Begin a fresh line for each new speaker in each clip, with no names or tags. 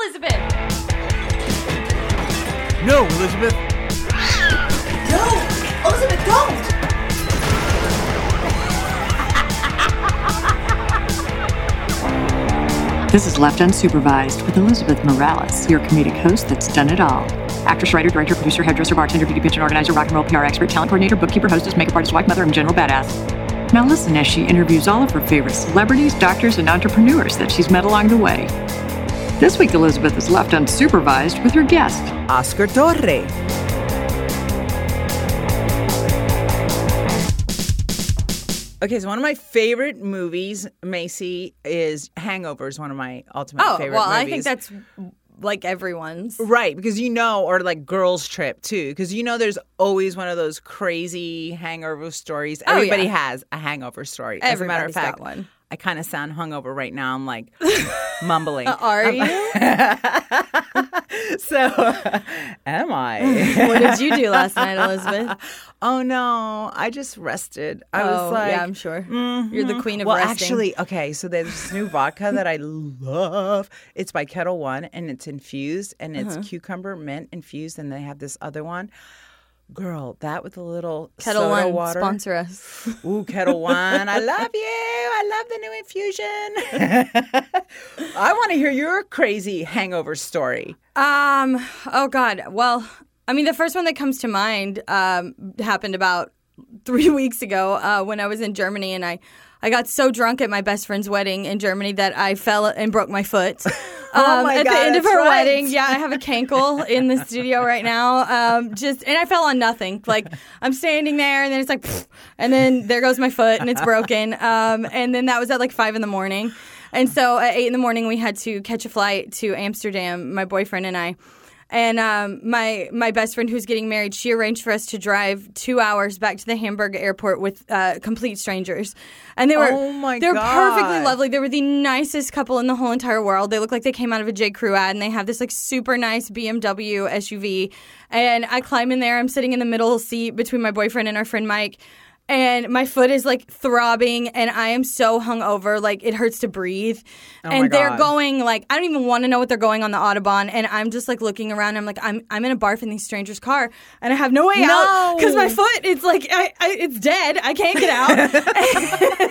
Elizabeth.
No, Elizabeth.
No! Elizabeth, don't!
This is Left Unsupervised with Elizabeth Morales, your comedic host that's done it all. Actress, writer, director, producer, hairdresser, bartender, beauty pitch, and organizer, rock and roll PR expert, talent coordinator, bookkeeper, hostess, makeup artist, wife, mother, and general badass. Now listen as she interviews all of her favorite celebrities, doctors, and entrepreneurs that she's met along the way. This week, Elizabeth is left unsupervised with her guest,
Oscar Torre. Okay, so one of my favorite movies, Macy, is Hangover is one of my ultimate
Oh,
favorite
well,
movies.
I think that's like everyone's.
Right, because you know, or like Girls Trip too, because you know there's always one of those crazy hangover stories.
Oh, yeah.
Everybody has a hangover story. As a matter of
Everybody's got
fact,
one.
I kind of sound hungover right now. I'm like mumbling.
Are you?
so, am I?
what did you do last night, Elizabeth?
oh no, I just rested. I
oh,
was like, mm-hmm.
yeah, I'm sure. You're the queen of
well,
resting.
actually, okay. So there's this new vodka that I love. It's by Kettle One, and it's infused, and
Uh-huh.
it's cucumber mint infused, and they have this other one. Girl, that with a little
Kettle
soda
One
water.
sponsor us.
Ooh, Kettle One, I love you. I love the new infusion. I want to hear your crazy hangover story.
Um. Oh God. Well, I mean, the first one that comes to mind um, happened about three weeks ago uh, when I was in Germany, and I, I got so drunk at my best friend's wedding in Germany that I fell and broke my foot.
Oh,
Um,
my
at
God,
the end of
that's
her
right.
wedding, yeah, I have a cankle in the studio right now. Um, just and I fell on nothing. Like I'm standing there, and then it's like, pfft, and then there goes my foot, and it's broken. Um, and then that was at like five in the morning, and so at eight in the morning we had to catch a flight to Amsterdam. My boyfriend and I. And um, my my best friend who's getting married, she arranged for us to drive two hours back to the Hamburg airport with uh, complete strangers, and they were
Oh my
they're perfectly
God.
lovely lovely. They were the nicest couple in the whole entire world. They look like they came out of a J. Crew ad, and they have this like super nice BMW SUV. And I climb in there. I'm sitting in the middle seat between my boyfriend and our friend Mike. And my foot is like throbbing, and I am so hungover, like it hurts to breathe. and they're
Oh God.
going like I don't even want to know what they're going on the autobahn, and I'm just like looking around. I'm like I'm I'm in a barf in these strangers' car, and I have no way out because my
No.
foot it's like I, I it's dead. I can't get out. and I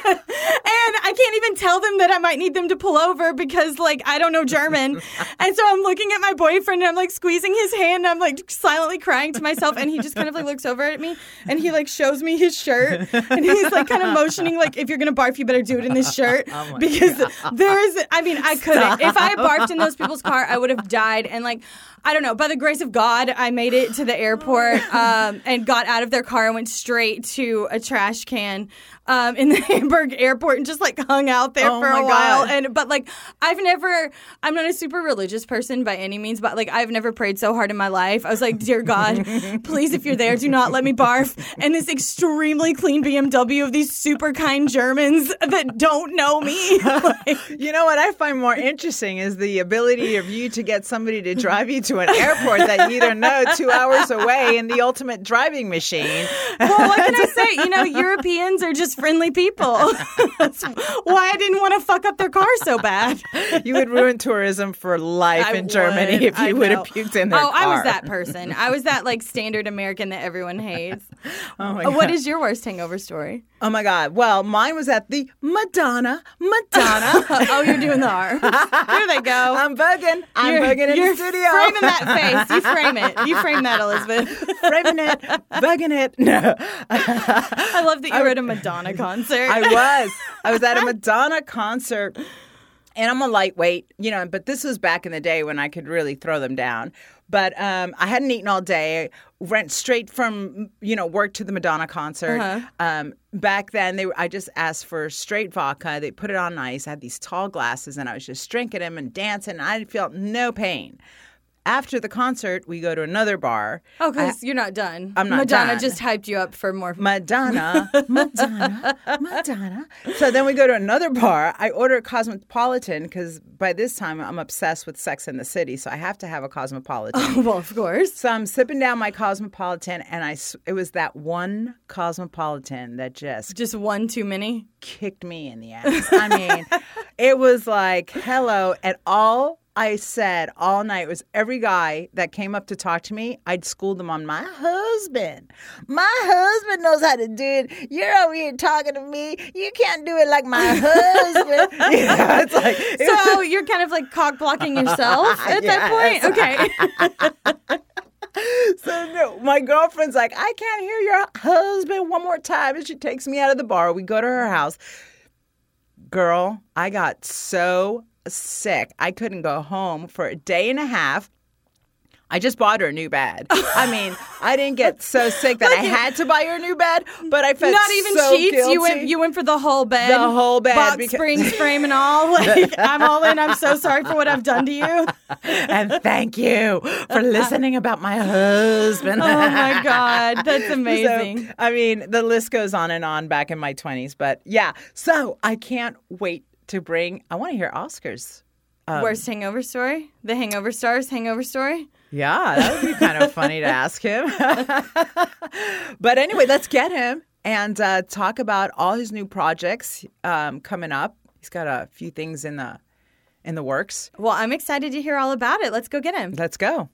can't even tell them that I might need them to pull over because, like, I don't know German. and so I'm looking at my boyfriend and I'm like squeezing his hand and I'm like silently crying to myself. And he just kind of like looks over at me and he like shows me his shirt and he's like kind of motioning, like, if you're going to barf, you better do it in this shirt because there is, I mean, I couldn't. If I had barfed in those people's car, I would have died. And like, I don't know. By the grace of God, I made it to the airport um, and got out of their car and went straight to a trash can um, in the Hamburg airport and just like hung out there
Oh
for a
my
while.
God.
And but like I've never, I'm not a super religious person by any means, but like I've never prayed so hard in my life. I was like, dear God, please, if you're there, do not let me barf. And this extremely clean BMW of these super kind Germans that don't know me. Like,
You know what I find more interesting is the ability of you to get somebody to drive you to an airport that you don't know two hours away in the ultimate driving machine.
well, what can I say? You know, Europeans are just friendly people. That's why I didn't want to fuck up their car so bad.
You would ruin tourism for life
I
in Germany if
I
you would have
know.
puked in their
Oh, I was
car.
that person. I was that like standard American that everyone hates.
Oh my,
Uh,
God.
what is your worst hangover story?
oh my God. Well, mine was at the Madonna, Madonna.
oh, you're doing the arms. There they go.
I'm bugging. I'm
you're,
bugging in
you're
the studio.
Framing that face. You frame it. You frame that, Elizabeth.
framing it, bugging it. No.
I love that you were at a Madonna concert.
I was. I was at a Madonna concert. And I'm a lightweight, you know, but this was back in the day when I could really throw them down. But um, I hadn't eaten all day. Went straight from you know work to the Madonna concert. Um, back then, they were, I just asked for straight vodka. They put it on ice. I had these tall glasses, and I was just drinking them and dancing. And I felt no pain. After the concert, we go to another bar.
Oh, because you're not done.
I'm not
Madonna
done.
just hyped you up for more.
Madonna, Madonna, Madonna. So then we go to another bar. I order a Cosmopolitan because by this time I'm obsessed with Sex in the City, so I have to have a Cosmopolitan.
well, of course.
so I'm sipping down my Cosmopolitan, and I s- it was that one Cosmopolitan that just
Just one too many.
kicked me in the ass. I mean, it was like hello, and all I said all night was every guy that came up to talk to me, I'd school them on my husband. My husband knows how to do it. You're over here talking to me. You can't do it like my husband. yeah, it's like,
So you're kind of like cock blocking yourself at that point. Okay.
So no, my girlfriend's like, I can't hear your husband one more time. And she takes me out of the bar. We go to her house. Girl, I got so sick. I couldn't go home for a day and a half. I just bought her a new bed. I mean, I didn't get so sick that I had to buy her a new bed, but I felt
Not even
so
sheets. You went
guilty.
you went for the whole bed.
The whole bed,
Box
because-
springs, frame and all. Like I'm all in. I'm so sorry for what I've done to you.
and thank you for listening about my husband.
Oh my God. That's amazing.
So, I mean, the list goes on and on back in my 20s, but yeah. So I can't wait to bring, I want to hear Oscars.
Worst hangover story? The hangover stars hangover story?
Yeah, that would be kind of funny to ask him. but anyway, let's get him and uh, talk about all his new projects um, coming up. He's got a few things in the in the works.
Well, I'm excited to hear all about it. Let's go get him.
Let's go.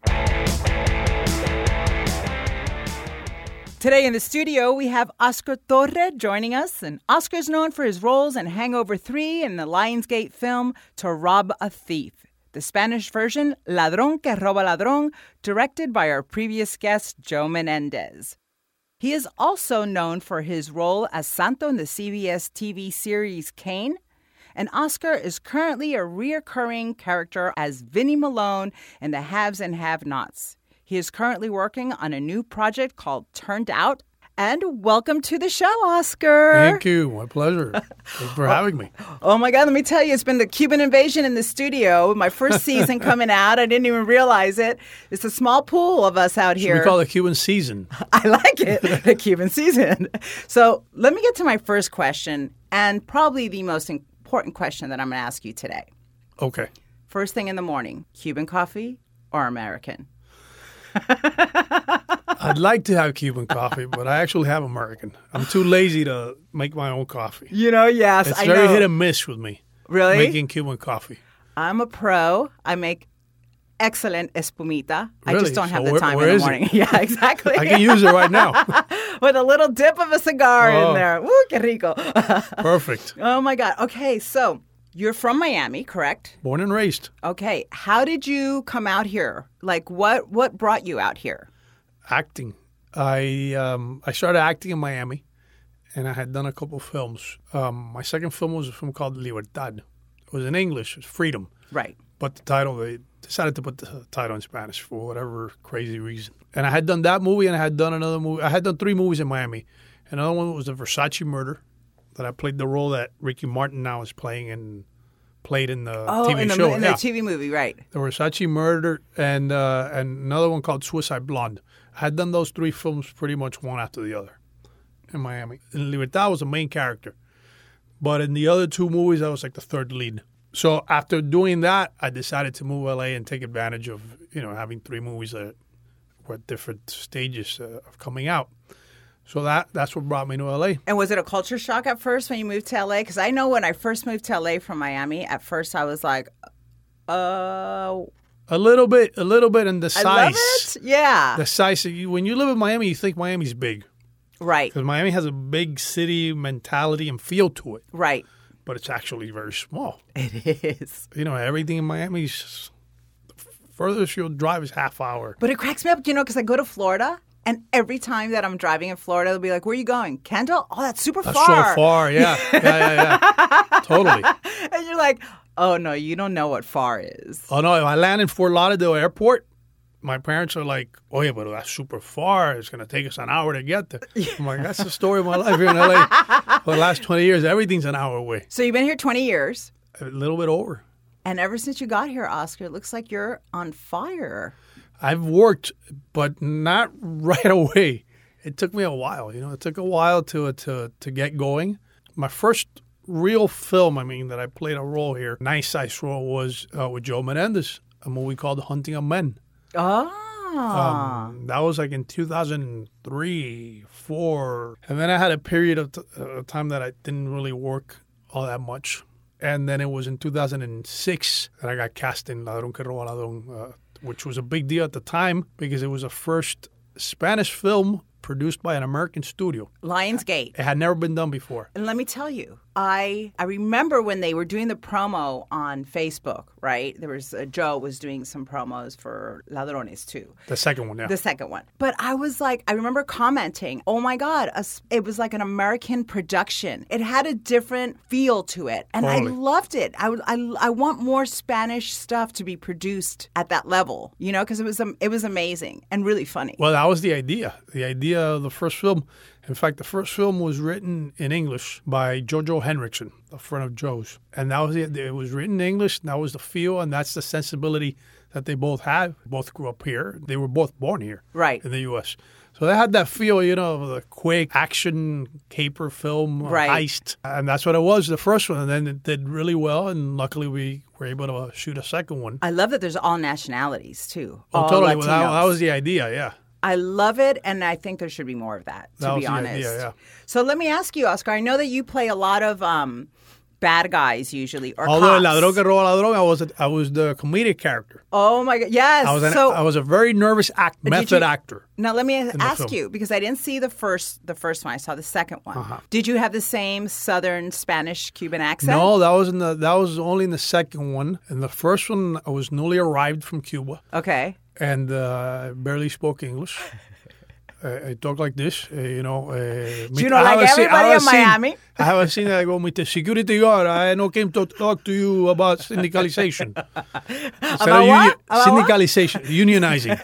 Today in the studio, we have Oscar Torre joining us. And Oscar's known for his roles in Hangover 3 and the Lionsgate film To Rob a Thief. The Spanish version, Ladrón que roba ladrón, directed by our previous guest, Joe Menendez. He is also known for his role as Santo in the CBS TV series Kane. And Oscar is currently a reoccurring character as Vinnie Malone in The Haves and Have Nots. He is currently working on a new project called Turned Out. And welcome to the show, Oscar.
Thank you. My pleasure. Thanks for having me.
Oh my God, let me tell you, it's been the Cuban invasion in the studio. My first season coming out. I didn't even realize it. It's a small pool of us out here.
We call it Cuban season.
I like it, the Cuban season. So let me get to my first question, and probably the most important question that I'm going to ask you today.
Okay.
First thing in the morning, Cuban coffee or American?
I'd like to have Cuban coffee, but I actually have American. I'm too lazy to make my own coffee.
You know, yes,
It's
I
very
know.
hit and miss with me.
Really?
Making Cuban coffee.
I'm a pro. I make excellent espumita. I
Really?
just don't
So
have the
where-
time
where
in the
is it?
morning. Yeah, exactly.
I can use it right now.
With a little dip of a cigar in
Oh.
there. Woo, que rico.
Perfect.
oh my God. Okay, so you're from Miami, correct?
Born and raised.
Okay. How did you come out here? Like what what brought you out here?
acting. I um, I started acting in Miami, and I had done a couple films. Um, my second film was a film called Libertad. It was in English, it's Freedom,
Right.
but the title they decided to put the title in Spanish for whatever crazy reason. And I had done that movie, and I had done another movie. I had done three movies in Miami. Another one was the Versace Murder, that I played the role that Ricky Martin now is playing and played in the
Oh,
TV
in, the,
show.
in
Yeah.
the TV movie, right.
The Versace Murder and uh, and another one called Suicide Blonde. I had done those three films pretty much one after the other in Miami. And Libertad was the main character. But in the other two movies, I was like the third lead. So after doing that, I decided to move LA and take advantage of, you know, having three movies that were at different stages uh, of coming out. So that that's what brought me to LA.
And was it a culture shock at first when you moved to LA? Because I know when I first moved to LA from Miami, at first I was like, uh,
A little bit, a little bit in the size.
I love it. Yeah.
The size. You, when you live in Miami, you think Miami's big.
right.
because Miami has a big city mentality and feel to it,
Right.
but it's actually very small.
It is.
You know, everything in Miami is just- furthest you'll drive is half hour.
But it cracks me up, you know, because I go to Florida. And every time that I'm driving in Florida, they'll be like, "Where are you going, Kendall? Oh, that's super
That's
far."
so far, yeah, yeah, yeah, yeah. totally.
And you're like, "Oh no, you don't know what far is."
Oh no, if I land in Fort Lauderdale Airport, my parents are like, "Oh yeah, but that's super far. It's gonna take us an hour to get there." I'm like, "That's the story of my life here in LA. For the last twenty years, everything's an hour away,
So you've been here 20 years,
a little bit over."
and ever since you got here, Oscar, it looks like you're on fire.
I've worked, but not right away. It took me a while. You know, it took a while to to to get going. My first real film, I mean, that I played a role here, nice size role, was uh, with Joe Menendez, a movie called Hunting of Men.
Oh,
Um, that was like in 2003, four, and then I had a period of t- uh, time that I didn't really work all that much, And then it was in 2006 that I got cast in Ladrón que roba ladrón, uh, which was a big deal at the time because it was the first Spanish film produced by an American studio.
Lionsgate.
It had never been done before.
And let me tell you, I I remember when they were doing the promo on Facebook, right? There was uh, Joe was doing some promos for Ladrones too.
The second one, yeah.
The second one. But I was like, I remember commenting, oh my God, a s- it was like an American production. It had a different feel to it. And
Totally.
I loved it. I, would- I, I want more Spanish stuff to be produced at that level, you know, because it, was am- it was amazing and really funny.
Well, that was the idea. The idea of the first film. In fact, the first film was written in English by Jojo Henriksen, a friend of Joe's, and that was it. It was written in English. And that was the feel, and that's the sensibility that they both had. Both grew up here. They were both born here,
Right.
in the U.S. So they had that feel, you know, of the quick action caper film uh,
Right.
heist, and that's what it was. The first one, and then it did really well, and luckily we were able to uh, shoot a second one.
I love that there's all nationalities too. all
Oh, totally. Well, that,
Latinos.
that was the idea. Yeah.
I love it, and I think there should be more of that. To
That
be
was the
honest,
idea, yeah.
So let me ask you, Oscar. I know that you play a lot of um, bad guys usually, or
Although in
cops.
Ladrón que roba ladrón, I was a, I was the comedic character.
Oh my God! Yes.
I was an,
so
I was a very nervous act method
you-
actor.
now let me
the
ask
film.
you because I didn't see the first the first one. I saw the second one.
Uh-huh.
Did you have the same Southern Spanish Cuban accent?
No, that was in the that was only in the second one. In the first one, I was newly arrived from Cuba
Okay.
and uh, I barely spoke English. I, I talk like this, uh, you know. Uh,
You know, like everybody in Miami.
I haven't seen that. I go with the security guard. I no came to talk to you about syndicalization. Instead
About
of
what? About what?
syndicalization, unionizing.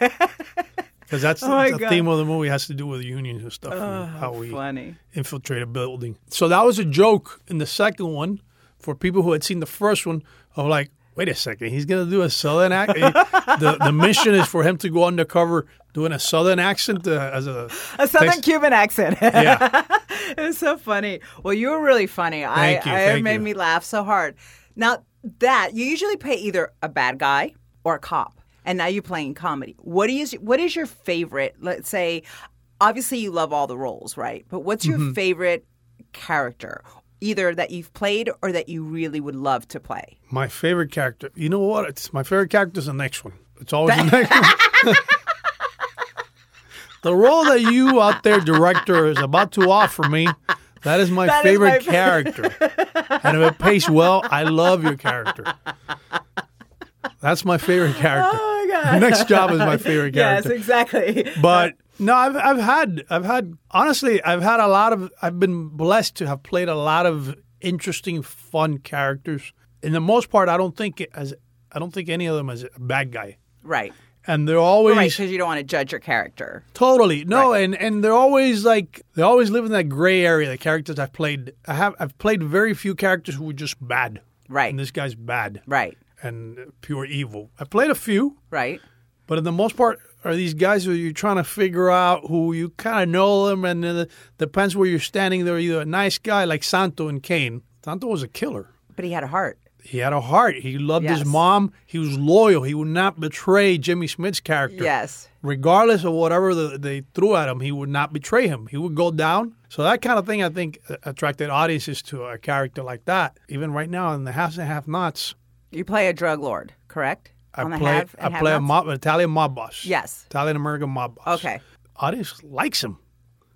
Because that's
Oh my
the
God. Oh,
theme of the movie has to do with unions and stuff, and how we
Funny.
infiltrate a building. So that was a joke in the second one for people who had seen the first one of like, wait a second, he's going to do a southern accent. the, the mission is for him to go undercover doing a southern accent uh, as a,
A Southern
Thanks.
Cuban accent.
yeah.
It's so funny. Well, you were really funny.
Thank
I,
you,
I it
thank
made
you.
me laugh so hard. Now that you usually play either a bad guy or a cop, and now you're playing comedy. What is what is your favorite? Let's say, obviously you love all the roles, right? But what's your
Mm-hmm.
favorite character, either that you've played or that you really would love to play?
My favorite character. You know what? It's my favorite character is the next one. It's always the next one. the role that you out there, director, is about to offer me, that is my
That is
favorite
my fa-
character. and if it pays well, I love your character. That's my favorite character.
Oh my
The
god!
next job is my favorite
yes,
character.
exactly.
But no, I've I've had I've had honestly I've had a lot of I've been blessed to have played a lot of interesting, fun characters. In the most part, I don't think it as I don't think any of them is a bad guy,
right,
and they're always
right, because you don't want to judge your character.
Totally. No, and and they're always like they always live in that gray area. The characters I've played, I have I've played very few characters who were just bad.
Right.
And this guy's bad.
Right,
And pure evil. I played a few,
right.
but in the most part, are these guys who you're trying to figure out who you kind of know them, and it depends where you're standing. They're either a nice guy like Santo and Kane. Santo was a killer.
But he had a heart.
He had a heart. He loved
Yes.
his mom. He was loyal. He would not betray Jimmy Smith's character
Yes.
regardless of whatever the, they threw at him, he would not betray him. He would go down. So that kind of thing, I think, uh, attracted audiences to a character like that. Even right now in the Halves and Half Nots,
You play a drug lord, correct?
I
On the
play
Have
I
and Have
play a
Nots?
mob, an Italian mob boss.
Yes.
Italian American mob boss.
Okay.
Audience likes him,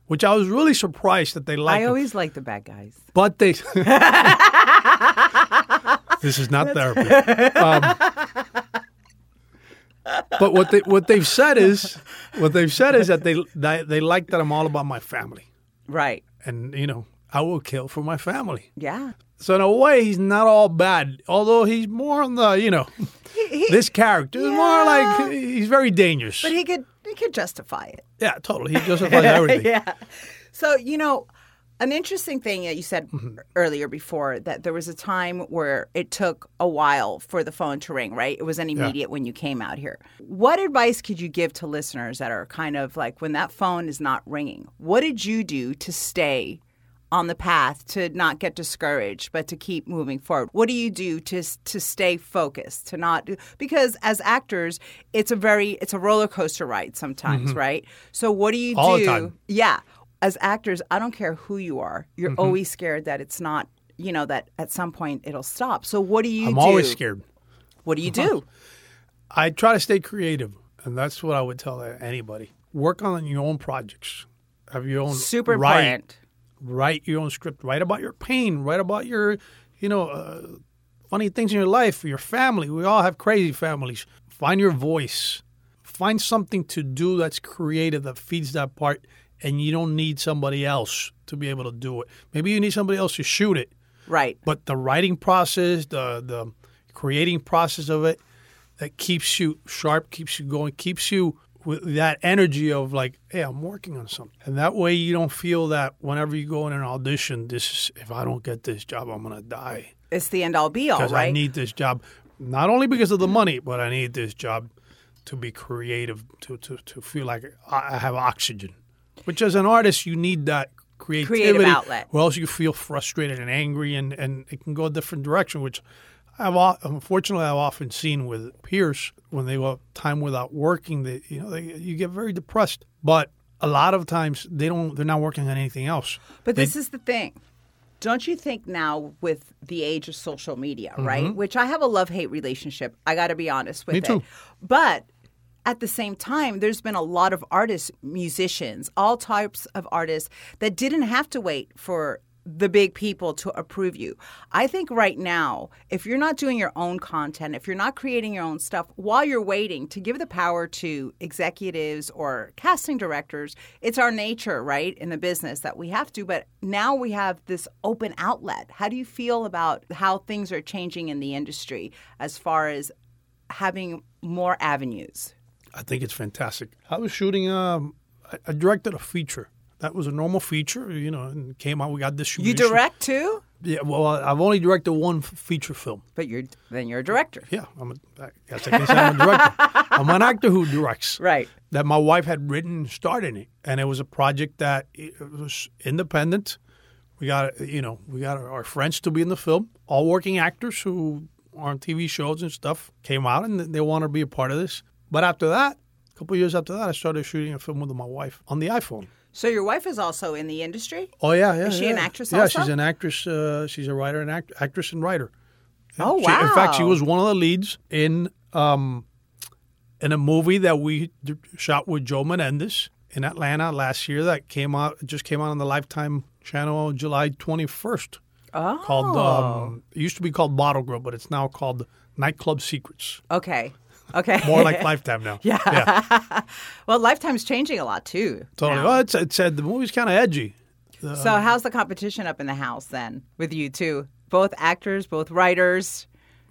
which I was really surprised that they liked
I
him.
always like the bad guys.
but they. this is not therapy. Um, but what they what they've said is what they've said is that they they, they like that I'm all about my family,
Right.
and you know I will kill for my family.
Yeah.
So in a way, he's not all bad, although he's more on the you know this character is more like he's very dangerous.
But he could he could justify it.
yeah, totally. He justifies everything.
Yeah. So, you know, an interesting thing that you said
Mm-hmm.
earlier before that there was a time where it took a while for the phone to ring, right? It was an immediate when you came out here. What advice could you give to listeners that are kind of like when that phone is not ringing? What did you do to stay on the path to not get discouraged but to keep moving forward what do you do to s- to stay focused to not do because as actors it's a very it's a roller coaster ride sometimes right so what do you
Mm-hmm. All
do
the time. Mm-hmm.
yeah as actors i don't care who you are you're always scared that it's not you know that at some point it'll stop. So what do you?
I'm
do?
always scared.
What do you do?
I try to stay creative, and that's what I would tell anybody. Work on your own projects. Have your own
Super
write,
important.
Write your own script. Write about your pain. Write about your, you know, uh, funny things in your life. Your family. We all have crazy families. Find your voice. Find something to do that's creative that feeds that part, and you don't need somebody else to be able to do it. Maybe you need somebody else to shoot it,
Right.
but the writing process, the the creating process of it, that keeps you sharp, keeps you going, keeps you with that energy of like, hey, I'm working on something, and that way you don't feel that whenever you go in an audition, this is if I don't get this job, I'm gonna die
It's the end all be all,
because
right?
I need this job, not only because of the money, but I need this job to be creative, to to, to feel like I I have oxygen, which as an artist you need that creativity,
outlet.
or else you feel frustrated and angry, and and it can go a different direction, which. I've al- unfortunately I've often seen with peers when they go time without working that you know they, you get very depressed. But a lot of times they don't they're not working on anything else.
But this is the thing. Don't you think now with the age of social media, right? Which I have a love hate relationship. I got to be honest with
Mm-hmm. Me
it.
too.
But at the same time, there's been a lot of artists, musicians, all types of artists that didn't have to wait for the big people to approve you. I think right now, if you're not doing your own content, if you're not creating your own stuff while you're waiting to give the power to executives or casting directors, it's our nature, right, in the business that we have to. But now we have this open outlet. How do you feel about how things are changing in the industry as far as having more avenues.
I think it's fantastic. I was shooting. Um, I, I directed a feature. That was a normal feature, you know, and came out. We got this.
You direct too,
Yeah. Well, I- I've only directed one f- feature film.
but you're then you're a director.
Yeah, I'm a, I guess I can say I'm a director. I'm an actor who directs.
Right.
That my wife had written and starred in it, and it was a project that it was independent. We got you know we got our, our friends to be in the film, all working actors who are on TV shows and stuff came out and they wanted to be a part of this. But after that, a couple years after that, I started shooting a film with my wife on the iPhone.
So your wife is also in the industry.
Oh yeah, yeah.
Is she an
yeah.
actress
Yeah,
also?
she's an actress. Uh, she's a writer and act- actress and writer.
Oh
She- in fact, she
wow.
was one of the leads in um, in a movie that we d- shot with Joe Menendez in Atlanta last year. That came out just came out on the Lifetime channel July twenty first. Oh. Called um, it used to be called Bottle Girl, but it's now called Nightclub Secrets.
Okay. Okay.
More like Lifetime now. Yeah,
well, Lifetime's changing a lot too.
totally.
now.
Well, it's, it said the movie's kind of edgy.
so
um,
how's the competition up in the house then with you two? Both actors, both writers.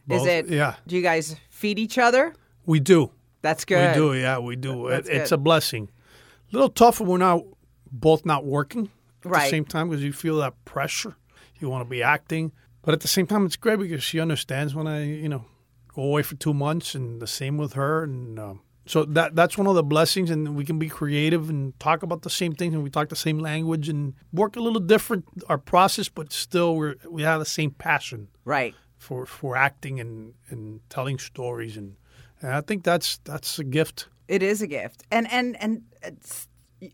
Both,
is it?
yeah.
Do you guys feed each other?
We do.
That's
We
good.
do, yeah, we do. It,
That's
it's
good.
a blessing. A little tough when we're not both not working at the
Right.
same time because you feel that pressure. You want to be acting, but at the same time, it's great because she understands when I, you know, go away for two months, and the same with her, and um, so that that's one of the blessings, and we can be creative and talk about the same things, and we talk the same language, and work a little different our process, but still we are we have the same passion
Right.
for for acting and and telling stories, and, and I think that's that's a gift.
It is a gift, and and and it's,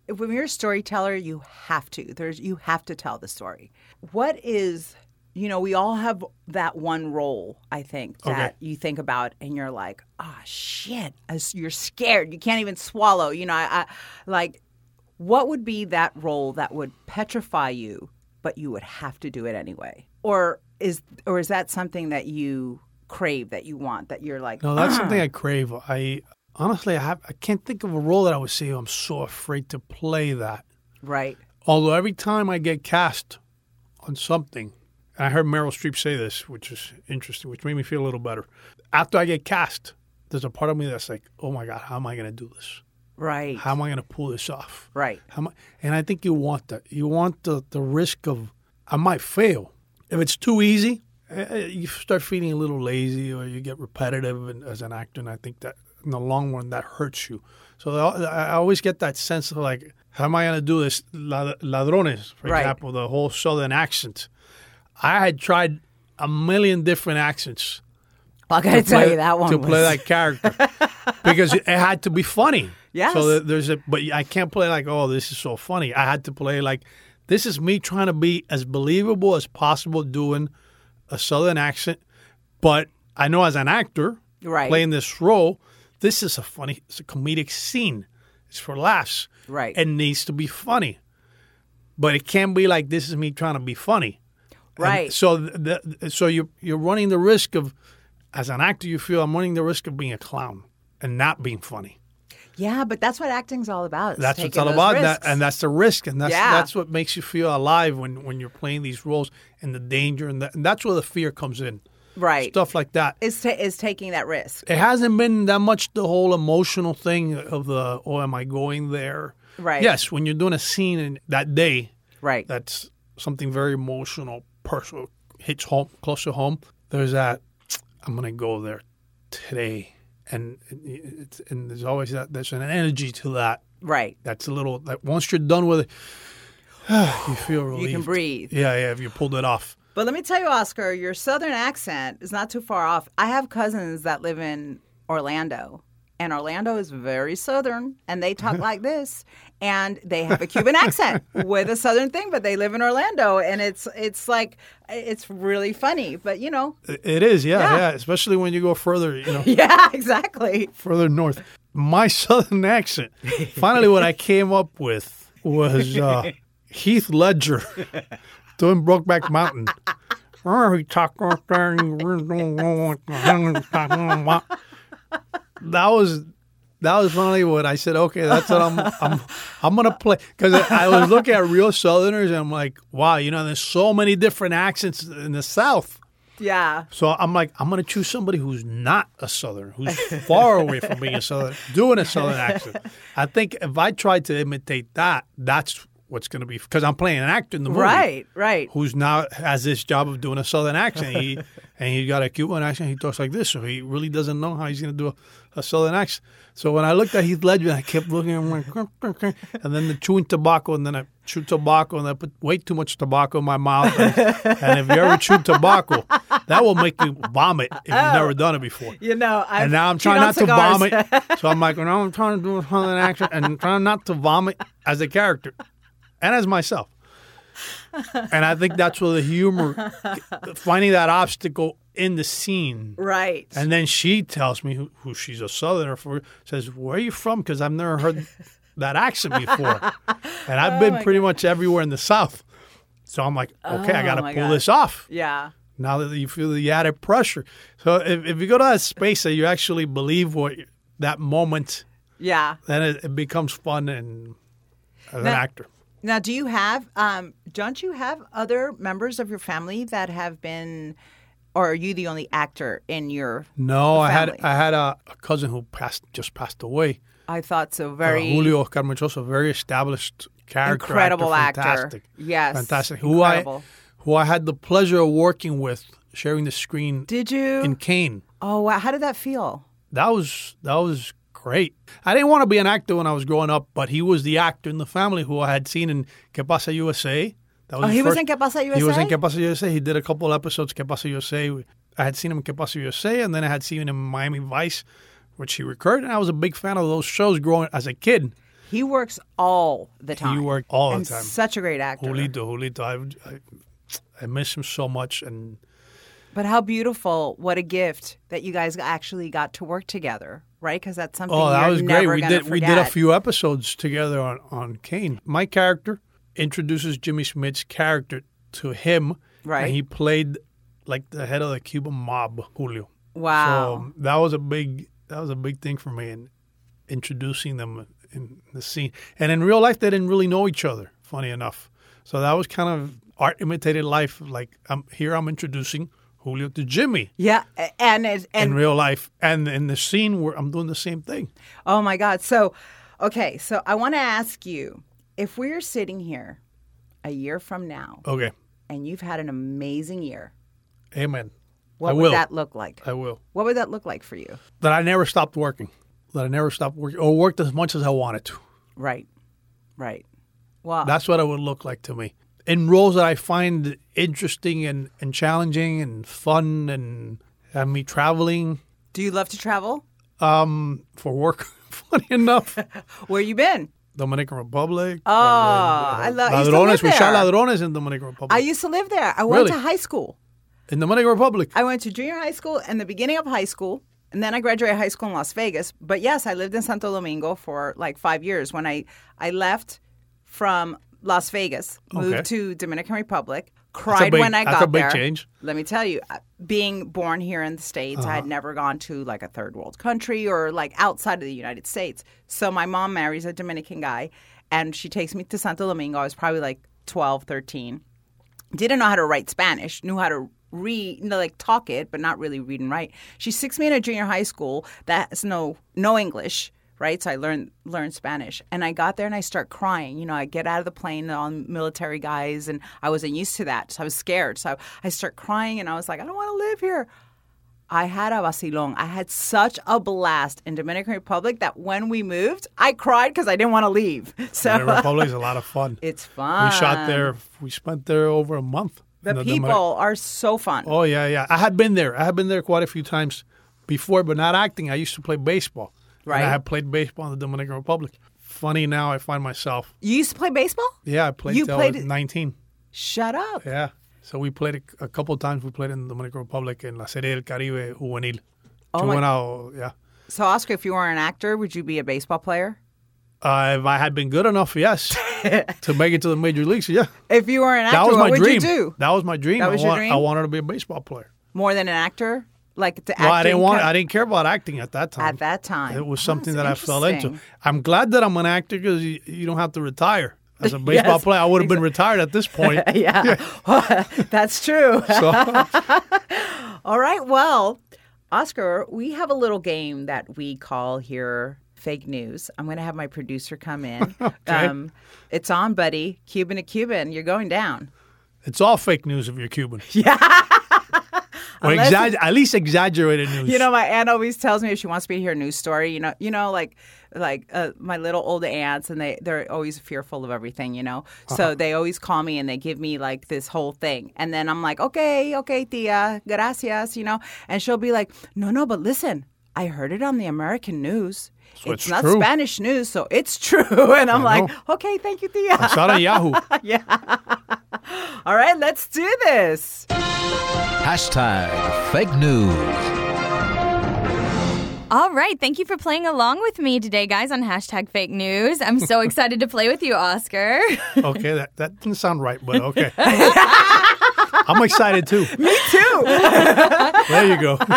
when you're a storyteller, you have to. There's you have to tell the story. What is you know we all have that one role I think that you think about and you're like ah shit as you're scared you can't even swallow you know I, I like what would be that role that would petrify you but you would have to do it anyway or is or is that something that you crave that you want that you're like
No, that's something I crave. I honestly, I have, I can't think of a role that I would say "Oh, I'm so afraid to play that.
right
Although every time I get cast on something, and I heard Meryl Streep say this, which is interesting, which made me feel a little better. After I get cast, there's a part of me that's like, oh my god, how am I going to do this?
right
How am I going to pull this off?
right
How mu- and I think you want that. You want the, the risk of I might fail. If it's too easy, eh, eh, you start feeling a little lazy or you get repetitive and, as an actor. And I think that in the long run, that hurts you. So I I always get that sense of like, how am I going to do this? La- Ladrones, for
Right.
example, the whole Southern accent. I had tried a million different accents
I gotta
to
tell
play-
you that one
to
was
play that character because it had to be funny.
Yes.
So there- there's a but I can't play like oh this is so funny. I had to play like This is me trying to be as believable as possible doing a Southern accent, but I know as an actor
Right.
playing this role, this is a funny, it's a comedic scene. It's for laughs.
Right.
It needs to be funny, but it can't be like this is me trying to be funny. And
Right.
so th th- so you you're running the risk of, as an actor, you feel I'm running the risk of being a clown and not being funny.
Yeah, but that's what acting's all about. is
That's what it's
taking
all
those
about, and that,
risks.
and that's the risk, and that's
Yeah.
that's what makes you feel alive when, when you're playing these roles and the danger, and, that and that's where the fear comes in,
right.
stuff like that.
Is, ta- is taking that risk.
It hasn't been that much the whole emotional thing of the oh, am I going there?
Right.
Yes, when you're doing a scene in that day,
Right.
that's something very emotional, personal, hits home, close to home. There's that, I'm going to go there today. And, it's, and there's always that, there's an energy to that.
right.
That's a little, that once you're done with it, you feel relieved.
You can breathe.
Yeah, yeah, if you pulled it off.
But let me tell you, Oscar, your southern accent is not too far off. I have cousins that live in Orlando, and Orlando is very southern, and they talk like this, and they have a Cuban accent with a southern thing, but they live in Orlando, and it's it's like it's really funny. But you know,
It- It is, yeah,
Yeah.
yeah, especially when you go further, you know,
yeah, exactly.
further north. My southern accent. Finally, what I came up with was uh, Heath Ledger doing Brokeback Mountain. Oh, he talked like that That was that was finally what I said. Okay, that's what I'm I'm I'm gonna play because I was looking at real Southerners and I'm like, wow, you know, there's so many different accents in the South.
Yeah,
So I'm like, I'm gonna choose somebody who's not a Southern, who's far away from being a Southern, doing a Southern accent. I think if I try to imitate that, that's what's gonna be because I'm playing an actor in the movie,
right, right.
Who's now has this job of doing a Southern accent. He and he got a Cuban accent. He talks like this, so he really doesn't know how he's gonna do a, a Southern accent. So when I looked at Heath Ledger, I kept looking at him like, "Grr, grr, grr," and then the chewing tobacco, and then I chew tobacco, and I put way too much tobacco in my mouth. And, and if you ever chew tobacco, that will make you vomit if you've never done it before.
You know, I've
and now I'm
chewed
trying
on
not to
cigars.
vomit. so I'm like, no, I'm trying to do a Southern accent and I'm trying not to vomit as a character and as myself. And I think that's where the humor, finding that obstacle in the scene.
Right.
And then she tells me who, who she's a southerner for. Says, "Where are you from?" Because I've never heard that accent before, and
Oh
I've been pretty much everywhere in the South. So I'm like, okay, I got to
Oh my
pull
God.
this off.
yeah.
Now that you feel the added pressure, so if, if you go to that space that you actually believe what you- that moment,
Yeah.
then it, it becomes fun and as an
Now-
actor.
Now, do you have, um, don't you have other members of your family that have been, or are you the only actor in your?
No, I had
family.
I had a, a cousin who passed just passed away.
I thought so.
Uh,
Very.
Julio Oscar Monchoso, very established character,
Incredible actor.
fantastic,
Yes,
fantastic.
incredible.
Who I, who I had the pleasure of working with, sharing the screen
Did you?
in Kane.
oh, wow. How did that feel?
That was that was great. I didn't want to be an actor when I was growing up, but he was the actor in the family who I had seen in Que Pasa USA. That
Oh,
his
he was
first-
in Que Pasa
He was in
USA?
Que Pasa USA. He did a couple episodes Que Pasa USA. I had seen him in Que Pasa USA, and then I had seen him in Miami Vice, which he recurred. And I was a big fan of those shows growing as a kid.
He works all the time.
He worked all
and
the time.
Such a great actor.
Julito, Julito, I, I, I miss him so much, and
But how beautiful! What a gift that you guys actually got to work together, right? Because that's something.
oh, that
you're
was great.
never
We
gonna
did we did a
forget.
few episodes together on on Kane. My character introduces Jimmy Smith's character to him,
Right.
And he played like the head of the Cuban mob, Julio.
Wow.
So um, that was a big that was a big thing for me, and introducing them in the scene. And in real life, they didn't really know each other. Funny enough, so that was kind of art imitated life. Like I'm here, I'm introducing Julio to Jimmy.
yeah, a- and it, and
in real life and in the scene where I'm doing the same thing.
Oh my God. So, okay. So I want to ask you if we're sitting here a year from now
Okay.
and you've had an amazing year,
Amen.
what
I
would
will.
that look like?
I will.
What would that look like for you?
That I never stopped working. That I never stopped working or worked as much as I wanted to.
Right. Right. Wow.
That's what it would look like to me. In roles that I find interesting and, and challenging and fun and, and me traveling
Do you love to travel?
for work, funny enough.
Where you been?
Dominican Republic.
Oh, I love- I used to
Ladrones.
live
We shot
there.
Ladrones in Dominican Republic.
I used to live there. I went
Really?
to high school.
in Dominican Republic.
I went to junior high school and the beginning of high school, and then I graduated high school in Las Vegas. But yes, I lived in Santo Domingo for like five years. When I I left from Las Vegas, moved
Okay.
to Dominican Republic, cried
big-
when I
that's
got
a big
there.
change. Uh-huh.
Let me tell you, uh, being born here in the States, I had never gone to like a third world country or like outside of the United States. So my mom marries a Dominican guy and she takes me to Santo Domingo. I was probably like 12, 13. Didn't know how to write Spanish, knew how to read, you know, like talk it, but not really read and write. She sticks me in a junior high school that has no, no English. Right, so I learned learned Spanish, and I got there and I start crying. You know, I get out of the plane, all military guys, and I wasn't used to that, so I was scared. So I start crying, and I was like, I don't want to live here. I had a vacilón. I had such a blast in Dominican Republic that when we moved, I cried because I didn't want to leave.
Dominican
So
Republic is a lot of fun.
it's fun.
we shot there. We spent there over a month.
The
in Dominican-
people are so fun.
Oh yeah, yeah. I had been there. I had been there quite a few times before, but not acting. I used to play baseball. And
Right.
I had played baseball in the Dominican Republic. Funny now, I find myself.
You used to play baseball?
Yeah, I played
You
till
played-
nineteen.
Shut up.
Yeah. So we played a, a couple times. We played in the Dominican Republic in La Serie del Caribe Juvenil.
Oh, my-
Juvenil, yeah.
So, Oscar, if you were an actor, would you be a baseball player?
Uh, if I had been good enough, yes, to make it to the major leagues, yeah.
If you were an actor,
That was
what
my
would
dream.
you do?
That was my dream.
That was
I
your
want-
dream?
I wanted to be a baseball player.
More than an actor? Like to
Well, I didn't want. I
I
didn't care about acting at that time.
At that time.
it was
Oh,
something
that's
that I fell into.
interesting.
I'm glad that I'm an actor because you, you don't have to retire as a baseball
Yes,
player. I would have been retired at this point.
yeah. That's true.
So
All right. Well, Oscar, we have a little game that we call here fake news. I'm going to have my producer come in. um, it's on, buddy. Cuban to Cuban. You're going down.
it's all fake news if you're Cuban. Yeah. or exa- at least exaggerated news.
You know, my aunt always tells me if she wants me to hear a news story. You know, you know, like like uh, my little old aunts, and they they're always fearful of everything. You know, so they always call me and they give me like this whole thing, and then I'm like, okay, okay, tia, gracias. You know, and she'll be like, no, no, but listen, I heard it on the American news. it's,
it's
not
true.
Spanish news, so it's true. And I'm like, okay, thank you, tia.
it's out on Yahoo.
All right, let's do this.
Hashtag fake news.
All right. Thank you for playing along with me today, guys, on hashtag fake news. I'm so excited to play with you, Oscar.
Okay, that, that didn't sound right, but okay. I'm excited too. Me too. there you go.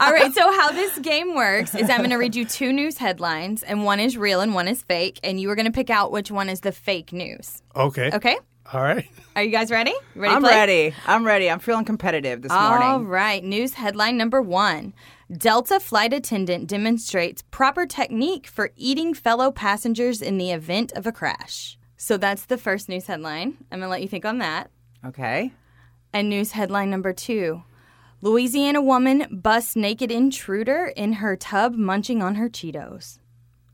All right. So, how this game works is I'm going to read you two news headlines, and one is real and one is fake, and you are going to pick out which one is the fake news.
Okay.
Okay?
All right.
Are you guys ready? Ready? to
I'm
play?
ready. I'm ready. I'm feeling competitive this
All
morning.
right. News headline number one Delta flight attendant demonstrates proper technique for eating fellow passengers in the event of a crash. So, that's the first news headline. I'm going to let you think on that.
Okay.
And news headline number two Louisiana woman busts naked intruder in her tub munching on her Cheetos.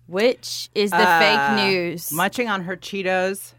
Which is the
Uh,
fake news?
Munching on her Cheetos.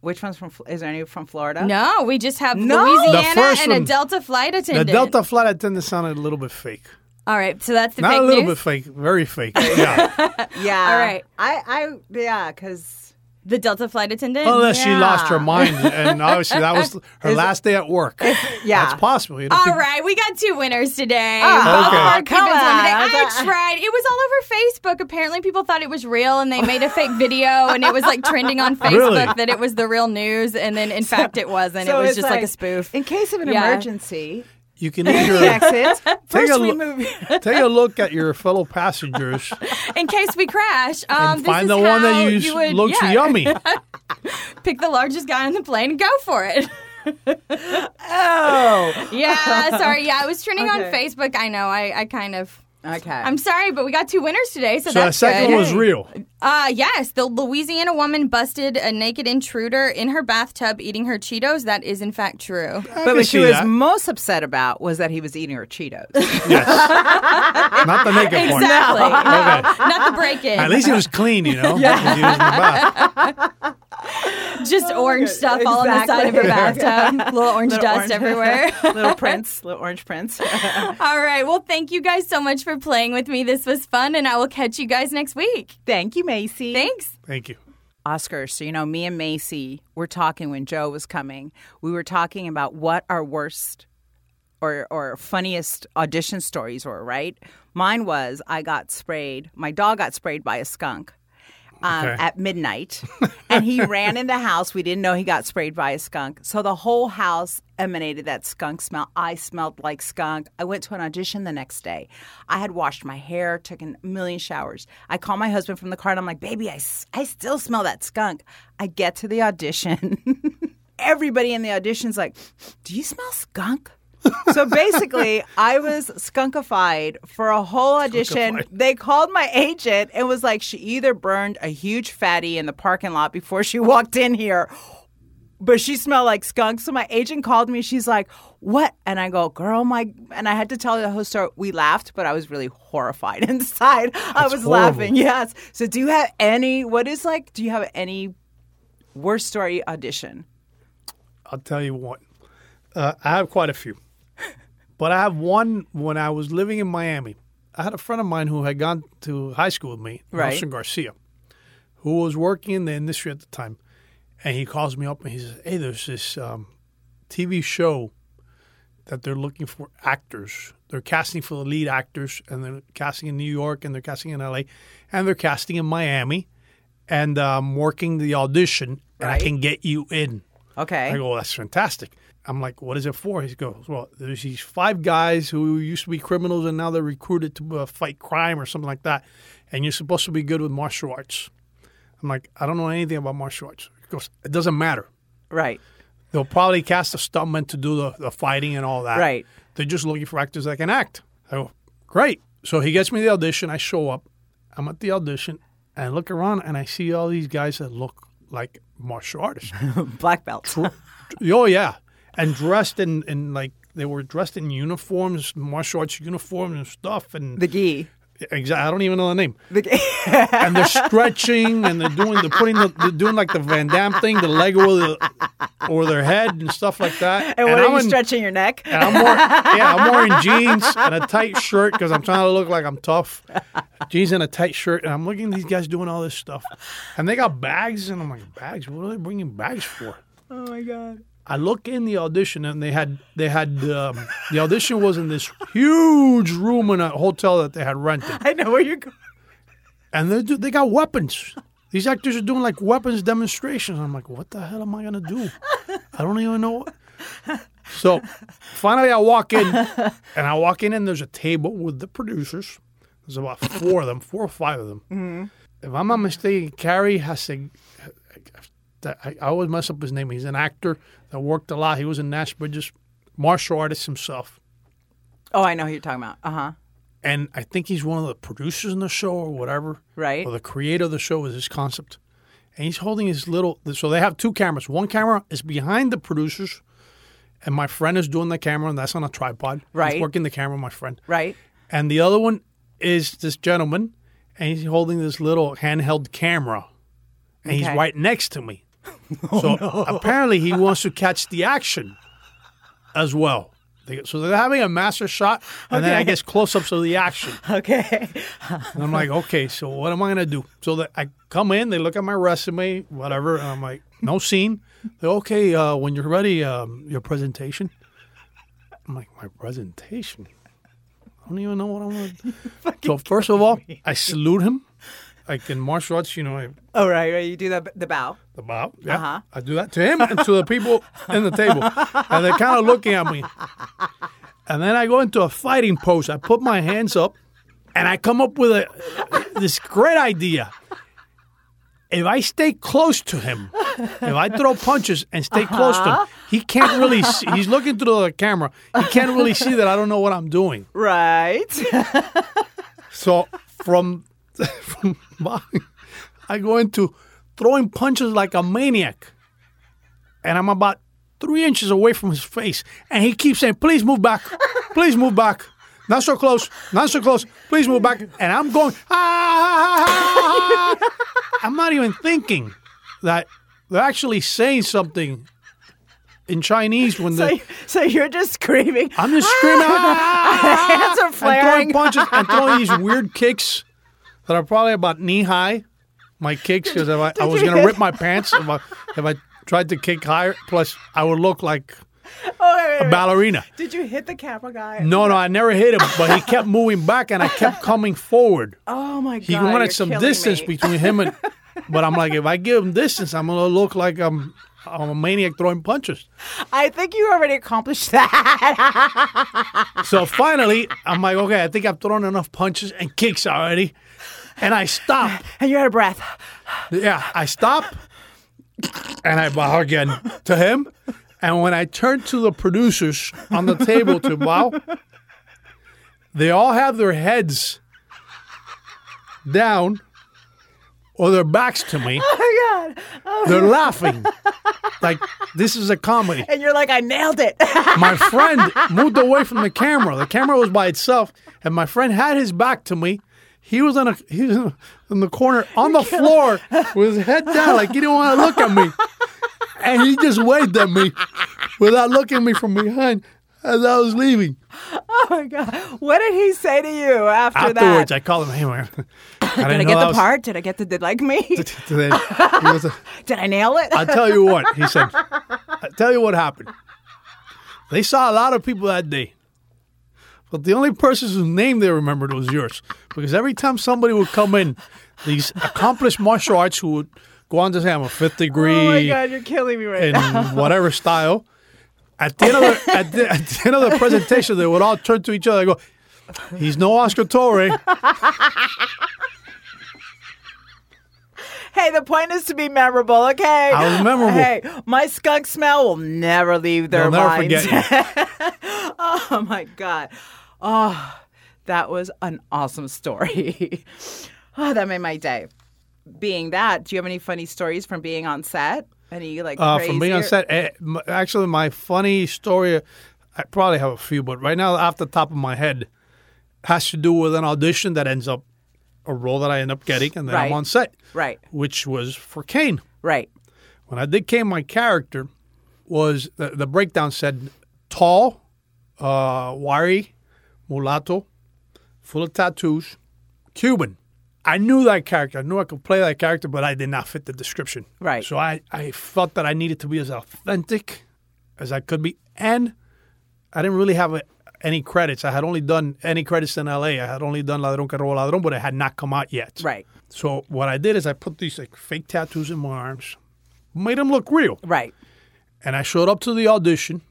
Which one's from? Fl- Is there any from Florida?
no, we just have
No!
The
Louisiana
first
and a
one.
Delta flight
The
attendant.
Delta flight attendant sounded a little bit fake.
All right, so that's the
Not
fake
a little
news.
bit fake. Very fake. Yeah.
Yeah.
All right.
I. I. Yeah. Because
the Delta flight attendant.
Unless Oh, she lost her
Yeah.
mind, and obviously that was her last day at work.
yeah.
that's possible. You know,
All
people-
right, we got two winners today.
Oh,
Both of
okay.
our
come
Cubans won today.
on.
I tried. It was all over Facebook. Apparently, people thought it was real, and they made a fake video, and it was like trending on Facebook
Really?
that it was the real news, and then in fact it wasn't. it was
it's
just like, a spoof.
In case of an
Yeah.
emergency,
You can either
exit.
take a,
First, we
loo-
move.
take a look at your fellow passengers
In case we crash, um,
and
this
find
is
the one
how
that you, s-
would
looks
yeah,
yummy.
Pick the largest guy on the plane and go for it.
Oh.
yeah, sorry. Yeah, I was trending on
Okay.
Facebook. I know. I, I kind of.
Okay.
I'm sorry, but we got two winners today, so,
So the
that's
second
good.
one was real.
Uh, yes, the Louisiana woman busted a naked intruder in her bathtub eating her Cheetos. That is in fact true.
but
can
what
see
she was
that.
most upset about was that he was eating her Cheetos.
Yes, not the naked part.
Exactly.
Okay.
Not the break in.
At least it was clean, you know. 'cause he was in the bath.
Just orange stuff all on the side of her
Exactly.
bathtub. Little orange
Little
dust
orange-
everywhere.
little prince, little orange prince.
all right. Well, thank you guys so much for playing with me. This was fun, and I will catch you guys next week.
Thank you, Macy.
Thanks.
Thank you.
Oscar, so you know, me and Macy were talking when Joe was coming. We were talking about what our worst or or funniest audition stories were, right? Mine was I got sprayed. My dog got sprayed by a skunk. Um,
Okay.
At midnight, and he ran in the house. We didn't know he got sprayed by a skunk, so the whole house emanated that skunk smell. I smelled like skunk. I went to an audition the next day. I had washed my hair, taken a million showers. I called my husband from the car, and I'm like, "Baby, I s- I still smell that skunk." I get to the audition. Everybody in the audition's like, "Do you smell skunk?" so basically, I was skunkified for a whole audition. They called my agent and was like, she either burned a huge fatty in the parking lot before she walked in here, but she smelled like skunk. So my agent called me. She's like, what? And I go, girl, my. And I had to tell the host, story. we laughed, but I was really horrified inside. I was
horrible.
laughing. Yes. So do you have any, what is like, do you have any worst story audition?
I'll tell you what. Uh, I have quite a few, but I have one when I was living in Miami. I had a friend of mine who had gone to high school with me,
Right.
Nelson Garcia, who was working in the industry at the time, and he calls me up and he says, "Hey, there's this um, TV show that they're looking for actors. They're casting for the lead actors, and they're casting in New York, and they're casting in LA, and they're casting in Miami, and um, working the audition, and I
Right.
can get you in."
Okay.
I go, that's fantastic. I'm like, what is it for? He goes, well, there's these five guys who used to be criminals and now they're recruited to uh, fight crime or something like that. And you're supposed to be good with martial arts. I'm like, I don't know anything about martial arts. He goes, it doesn't matter.
Right.
They'll probably cast a stuntman to do the, the fighting and all that.
Right.
They're just looking for actors that can act. I go, great. So he gets me the audition. I show up. I'm at the audition and I look around and I see all these guys that look like martial artists.
Black belt.
Oh yeah, and dressed in, in like they were dressed in uniforms, martial arts uniforms and stuff, and
The gi.
exactly I don't even know the name.
The gi.
And they're stretching and they're doing they're putting the, they're doing like the Van Damme thing, the leg over the over their head and stuff like that.
And what are
I'm
you
in-
stretching your neck?
and I'm wearing, yeah, I'm wearing jeans and a tight shirt because I'm trying to look like I'm tough. Jeans and a tight shirt, and I'm looking at these guys doing all this stuff, and they got bags, and I'm like, bags? What are they bringing bags for?
Oh my god.
I look in the audition and they had they had um, the audition was in this huge room in a hotel that they had rented,
I know where you're going.
and they do, they got weapons. These actors are doing like weapons demonstrations. I'm like, what the hell am I gonna do? I don't even know. So finally, I walk in, and I walk in, and there's a table with the producers. There's about four of them, four or five of them. If I'm not mistaken, Carrie has a that I, I always mess up his name. He's an actor that worked a lot. He was in Nash Bridges, martial artist himself,
Oh, I know who you're talking about. Uh huh.
and I think he's one of the producers in the show or whatever.
Right.
Or the creator of the show is his concept, and he's holding his little. So they have two cameras. One camera is behind the producers, and my friend is doing the camera, and that's on a tripod.
Right.
He's working the camera, my friend.
Right.
And the other one is this gentleman, and he's holding this little handheld camera, and he's
Okay.
right next to me. so apparently, he wants to catch the action as well. They- So they're having a master shot, and then I guess close ups of the action.
Okay.
And I'm like, okay, so what am I gonna do? So that I come in, they look at my resume, whatever, and I'm like, no scene. They're okay. Uh, when you're ready, um, your presentation. I'm like, my presentation. I don't even know what I want. to So first of all, I salute him. Like in martial arts, you know, I,
All right. right. You do the the bow.
the bow. Yeah, I do that to him and to the people in the table, and they're kind of looking at me. And then I go into a fighting pose. I put my hands up, and I come up with a this great idea. If I stay close to him, if I throw punches and stay close to him, he can't really see. He's looking through the camera. He can't really see that I don't know what I'm doing.
Right.
So from from my, I go into throwing punches like a maniac, and I'm about three inches away from his face, and he keeps saying, "Please move back, please move back, not so close, not so close, please move back," and I'm going, "Ah!" I'm not even thinking that They're actually saying something in Chinese when
So,
they.
so you're just screaming.
I'm just screaming. "Ah!"
Hands are
and throwing
flaring.
punches and throwing these weird kicks that are probably about knee high. My kicks because if I, I was
you
gonna
hear-
rip my pants if I if I tried to kick higher. Plus, I would look like
Oh, wait, wait,
a
wait.
ballerina.
Did you hit the camera guy?
No, no, I never hit him, but he kept moving back and I kept coming forward.
Oh my god.
he
you're
wanted some
killing
distance
me.
between him and. But I'm like, if I give him distance, I'm gonna look like I'm I'm a maniac throwing punches.
I think you already accomplished that.
So finally, I'm like, okay, I think I've thrown enough punches and kicks already, and I stop.
and you're out of breath.
Yeah, I stop and I bow again to him. And when I turn to the producers on the table to bow, they all have their heads down or their backs to me.
Oh my god.
They're laughing. Like, this is a comedy.
And you're like, I nailed it. Oh
My friend moved away from the camera. The camera was by itself, and my friend had his back to me. He was on a he was in a- in the corner on the floor with his head down, like he didn't want to look at me, and he just waved at me without looking at me from behind as I was leaving.
oh my god. What did he say to you after
Afterwards,
that?
I called him. Hey, man, I didn't
Did I
know
get
that
the
was-
part? Did I get the did like me? Did
Today, he was a-
I nail it?
I tell you what, he said. I tell you what happened. They saw a lot of people that day, but the only person whose name they remembered was yours, because every time somebody would come in, these accomplished martial arts who would go on to say I'm a fifth degree
oh my god, you're killing me right
in
now.
whatever style. At the end of the at the, at the end of the presentation, they would all turn to each other and go, "He's no Oscar Torre."
Hey, the point is to be memorable, okay?
I was memorable.
Hey, my skunk smell will never leave their
They'll never
minds.
forget you.
oh my god. Oh, that was an awesome story. oh, that made my day. Being that, do you have any funny stories from being on set? Any like
uh,
crazy
from being on set. eh, m- Actually, my funny story, I probably have a few, but right now, off the top of my head, has to do with an audition that ends up a role that I end up getting, and then
Right.
I'm on set,
Right.
Which was for Kane.
Right.
When I did Kane, my character was the, the breakdown said tall, uh, wiry, mulatto, full of tattoos, Cuban. I knew that character. I knew I could play that character, but I did not fit the description.
Right.
So I, I felt that I needed to be as authentic as I could be. And I didn't really have a, any credits. I had only done any credits in LA. I had only done Ladrón que roba ladrón, but it had not come out yet.
Right.
So what I did is I put these like fake tattoos in my arms, made them look real,
Right.
and I showed up to the audition,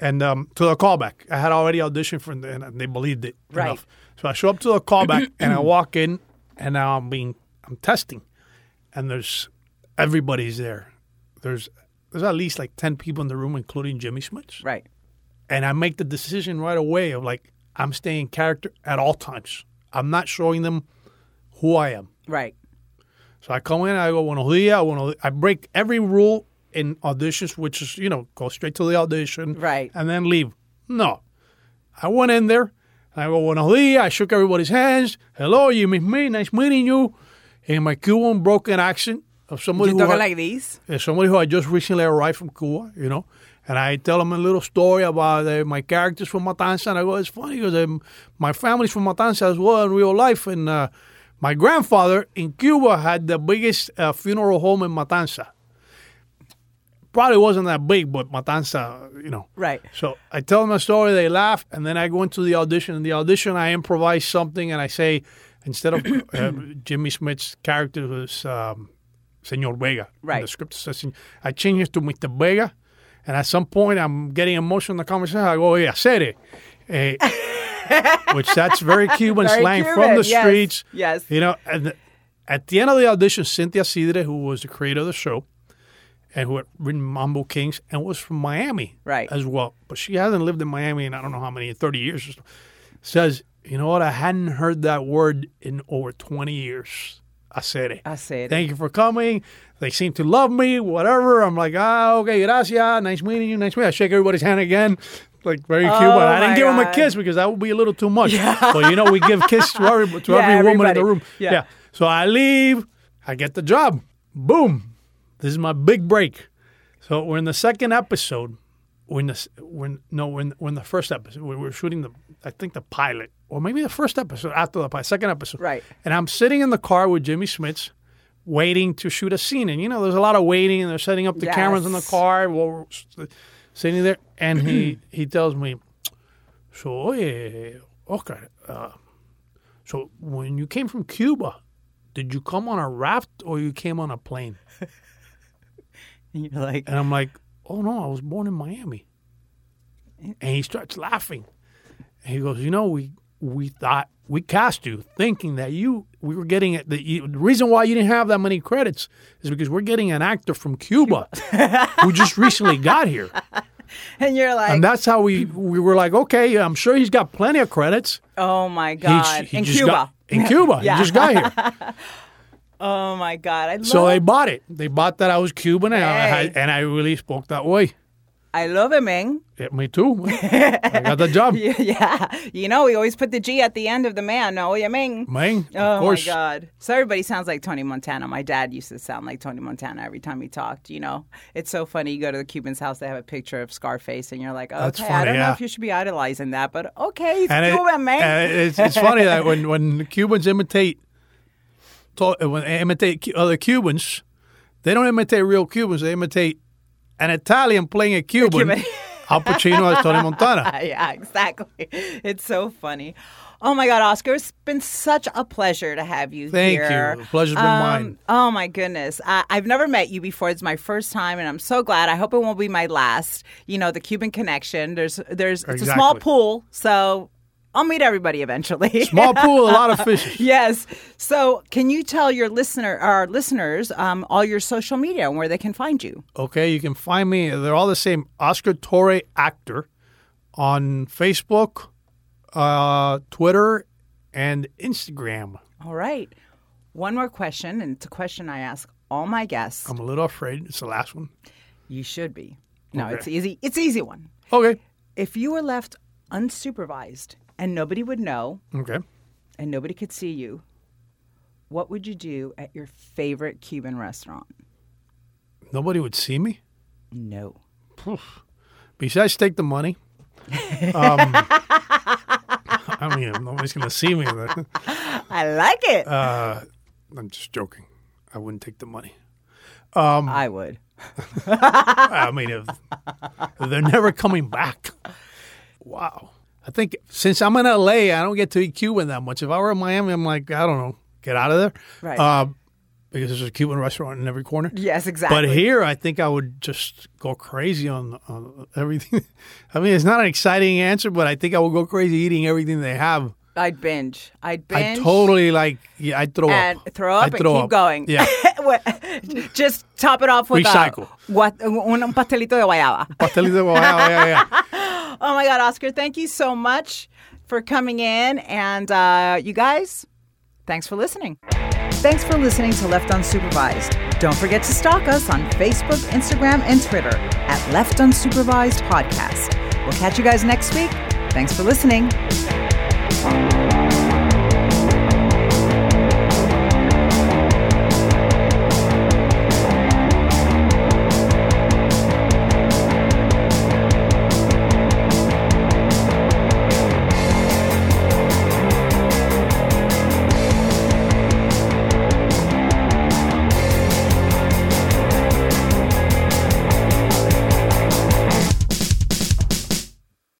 and um, to the callback. I had already auditioned for, the, and they believed it
Right.
enough. So I show up to the callback, and I walk in, and now I'm being I'm testing, and there's everybody's there. There's there's at least like ten people in the room, including Jimmy Smits
Right.
and I make the decision right away of like I'm staying in character at all times. I'm not showing them who I am.
Right.
So I come in, I go buenos dias, buenos I break every rule in auditions, which is you know go straight to the audition,
Right.
and then leave. No, I went in there, and I go buenos dias. I shook everybody's hands. Hello, you meet me. Nice meeting you. In my Cuban broken accent of somebody
You
who
talking
had-
like this?
as somebody who I just recently arrived from Cuba, you know, and I tell them a little story about uh, my characters from Matanza, and I go, it's funny because um, my family's from Matanza as well in real life, and uh, my grandfather in Cuba had the biggest uh, funeral home in Matanza. Probably wasn't that big, but Matanza, you know.
Right.
So I tell them a story, they laugh, and then I go into the audition. In the audition, I improvise something, and I say, instead of uh, Jimmy Smith's character was um, Senor Vega. in
Right.
The script says, sen- I change it to Mr. Vega, and at some point, I'm getting emotional in the conversation. I go, yeah, sere. Eh, which that's very Cuban
Very
slang
Cuban,
from the
yes,
streets.
yes.
You know, and at the end of the audition, Cynthia Sidre, who was the creator of the show, and who had written Mambo Kings and was from Miami
Right.
as well. But she hasn't lived in Miami in I don't know how many, 30 years or so. Says, you know what? I hadn't heard that word in over 20 years. I said it.
Acere.
Thank you for coming. They seem to love me, whatever. I'm like, ah, okay, gracias. Nice meeting you. Nice meeting you. I shake everybody's hand again. Like, very cute. But I
Oh my
didn't give them a
God.
kiss because that would be a little too much. But you know, we give kisses to, every, to
Yeah,
every woman in
everybody.
the room.
Yeah.
So I leave. I get the job. Boom. This is my big break. So we're in the second episode. We're in the s- we're in, no we're in, we're in the first episode. We were shooting the I think the pilot or maybe the first episode after the pilot, second episode.
Right.
And I'm sitting in the car with Jimmy Smits, waiting to shoot a scene. And you know, there's a lot of waiting, and they're setting up the cameras in the
Yes.
car. While we're s- sitting there, and he he tells me, "So, oye, Oscar, uh, so when you came from Cuba, did you come on a raft or you came on a plane?"
You're like,
And I'm like, oh no, I was born in Miami. And he starts laughing. And he goes, you know, we we thought we cast you thinking that you we were getting it. The, you- the reason why you didn't have that many credits is because we're getting an actor from Cuba who just recently got here,
and you're like,
and that's how we we were like, okay, I'm sure he's got plenty of credits.
oh my
He j-
god,
he
in
just
Cuba.
got- in Cuba,
Yeah.
he just got here.
oh my god, I love.
So they bought it. They bought that I was Cuban, and, I,
Hey.
and I really spoke that way.
I love it, Ming.
Yeah, me too. I got the job.
yeah, you know, we always put the G at the end of the man. No, you Ming.
Man, of
Oh my
course.
God! So everybody sounds like Tony Montana. My dad used to sound like Tony Montana every time he talked. You know, it's so funny. You go to the Cuban's house, they have a picture of Scarface, and you're like, okay,
That's
I
funny,
don't know
yeah.
if you should be idolizing that, but okay, he's
it-
Cuban, man.
and it's, it's funny that when, when the Cubans imitate to- uh, when they imitate Cu- other Cubans, they don't imitate real Cubans. They imitate an Italian playing a Cuban.
Cuban.
Al Pacino as Tony Montana.
yeah, exactly. It's so funny. Oh my God, Oscar, it's been such a pleasure to have you
Thank you.
here.
The pleasure's been mine.
Oh my goodness. I, I've never met you before. It's my first time, and I'm so glad. I hope it won't be my last. You know, the Cuban connection. There's, there's, it's a small
Exactly.
pool, so I'll meet everybody eventually.
Small pool, a lot of fishes.
yes. So, can you tell your listener, our listeners, um, all your social media and where they can find you?
Okay, you can find me. They're all the same. Oscar Torre actor on Facebook, uh, Twitter, and Instagram.
All right. One more question, and it's a question I ask all my guests.
I'm a little afraid. It's the last one.
You should be. No, it's easy. It's easy one.
Okay.
If you were left unsupervised and nobody would know
Okay.
and nobody could see you, what would you do at your favorite Cuban restaurant?
Nobody would see me.
No.
besides take the money. Um, I mean, nobody's going to see me. but-
I like it.
I'm just joking. I wouldn't take the money. Um,
I would.
I mean, if, if they're never coming back. Wow. I think since I'm in LA, I don't get to eat Cuban that much. If I were in Miami, I'm like, I don't know, get out of there.
Right.
Uh, because there's a Cuban restaurant in every corner.
Yes,
But
exactly.
here, I think I would just go crazy on, on everything. I mean, it's not an exciting answer, but I think I would go crazy eating everything they have.
I'd binge. I'd
I
binge.
totally like. Yeah, I throw
and
up.
throw up
I
and keep going.
Yeah,
Just top it off with
Recycle.
a what, un un pastelito de guayaba.
Pastelito de guayaba, yeah, yeah.
Oh my God, Oscar, thank you so much for coming in. And uh, you guys, thanks for listening. Thanks for listening to Left Unsupervised. Don't forget to stalk us on Facebook, Instagram, and Twitter at Left Unsupervised Podcast. We'll catch you guys next week. Thanks for listening.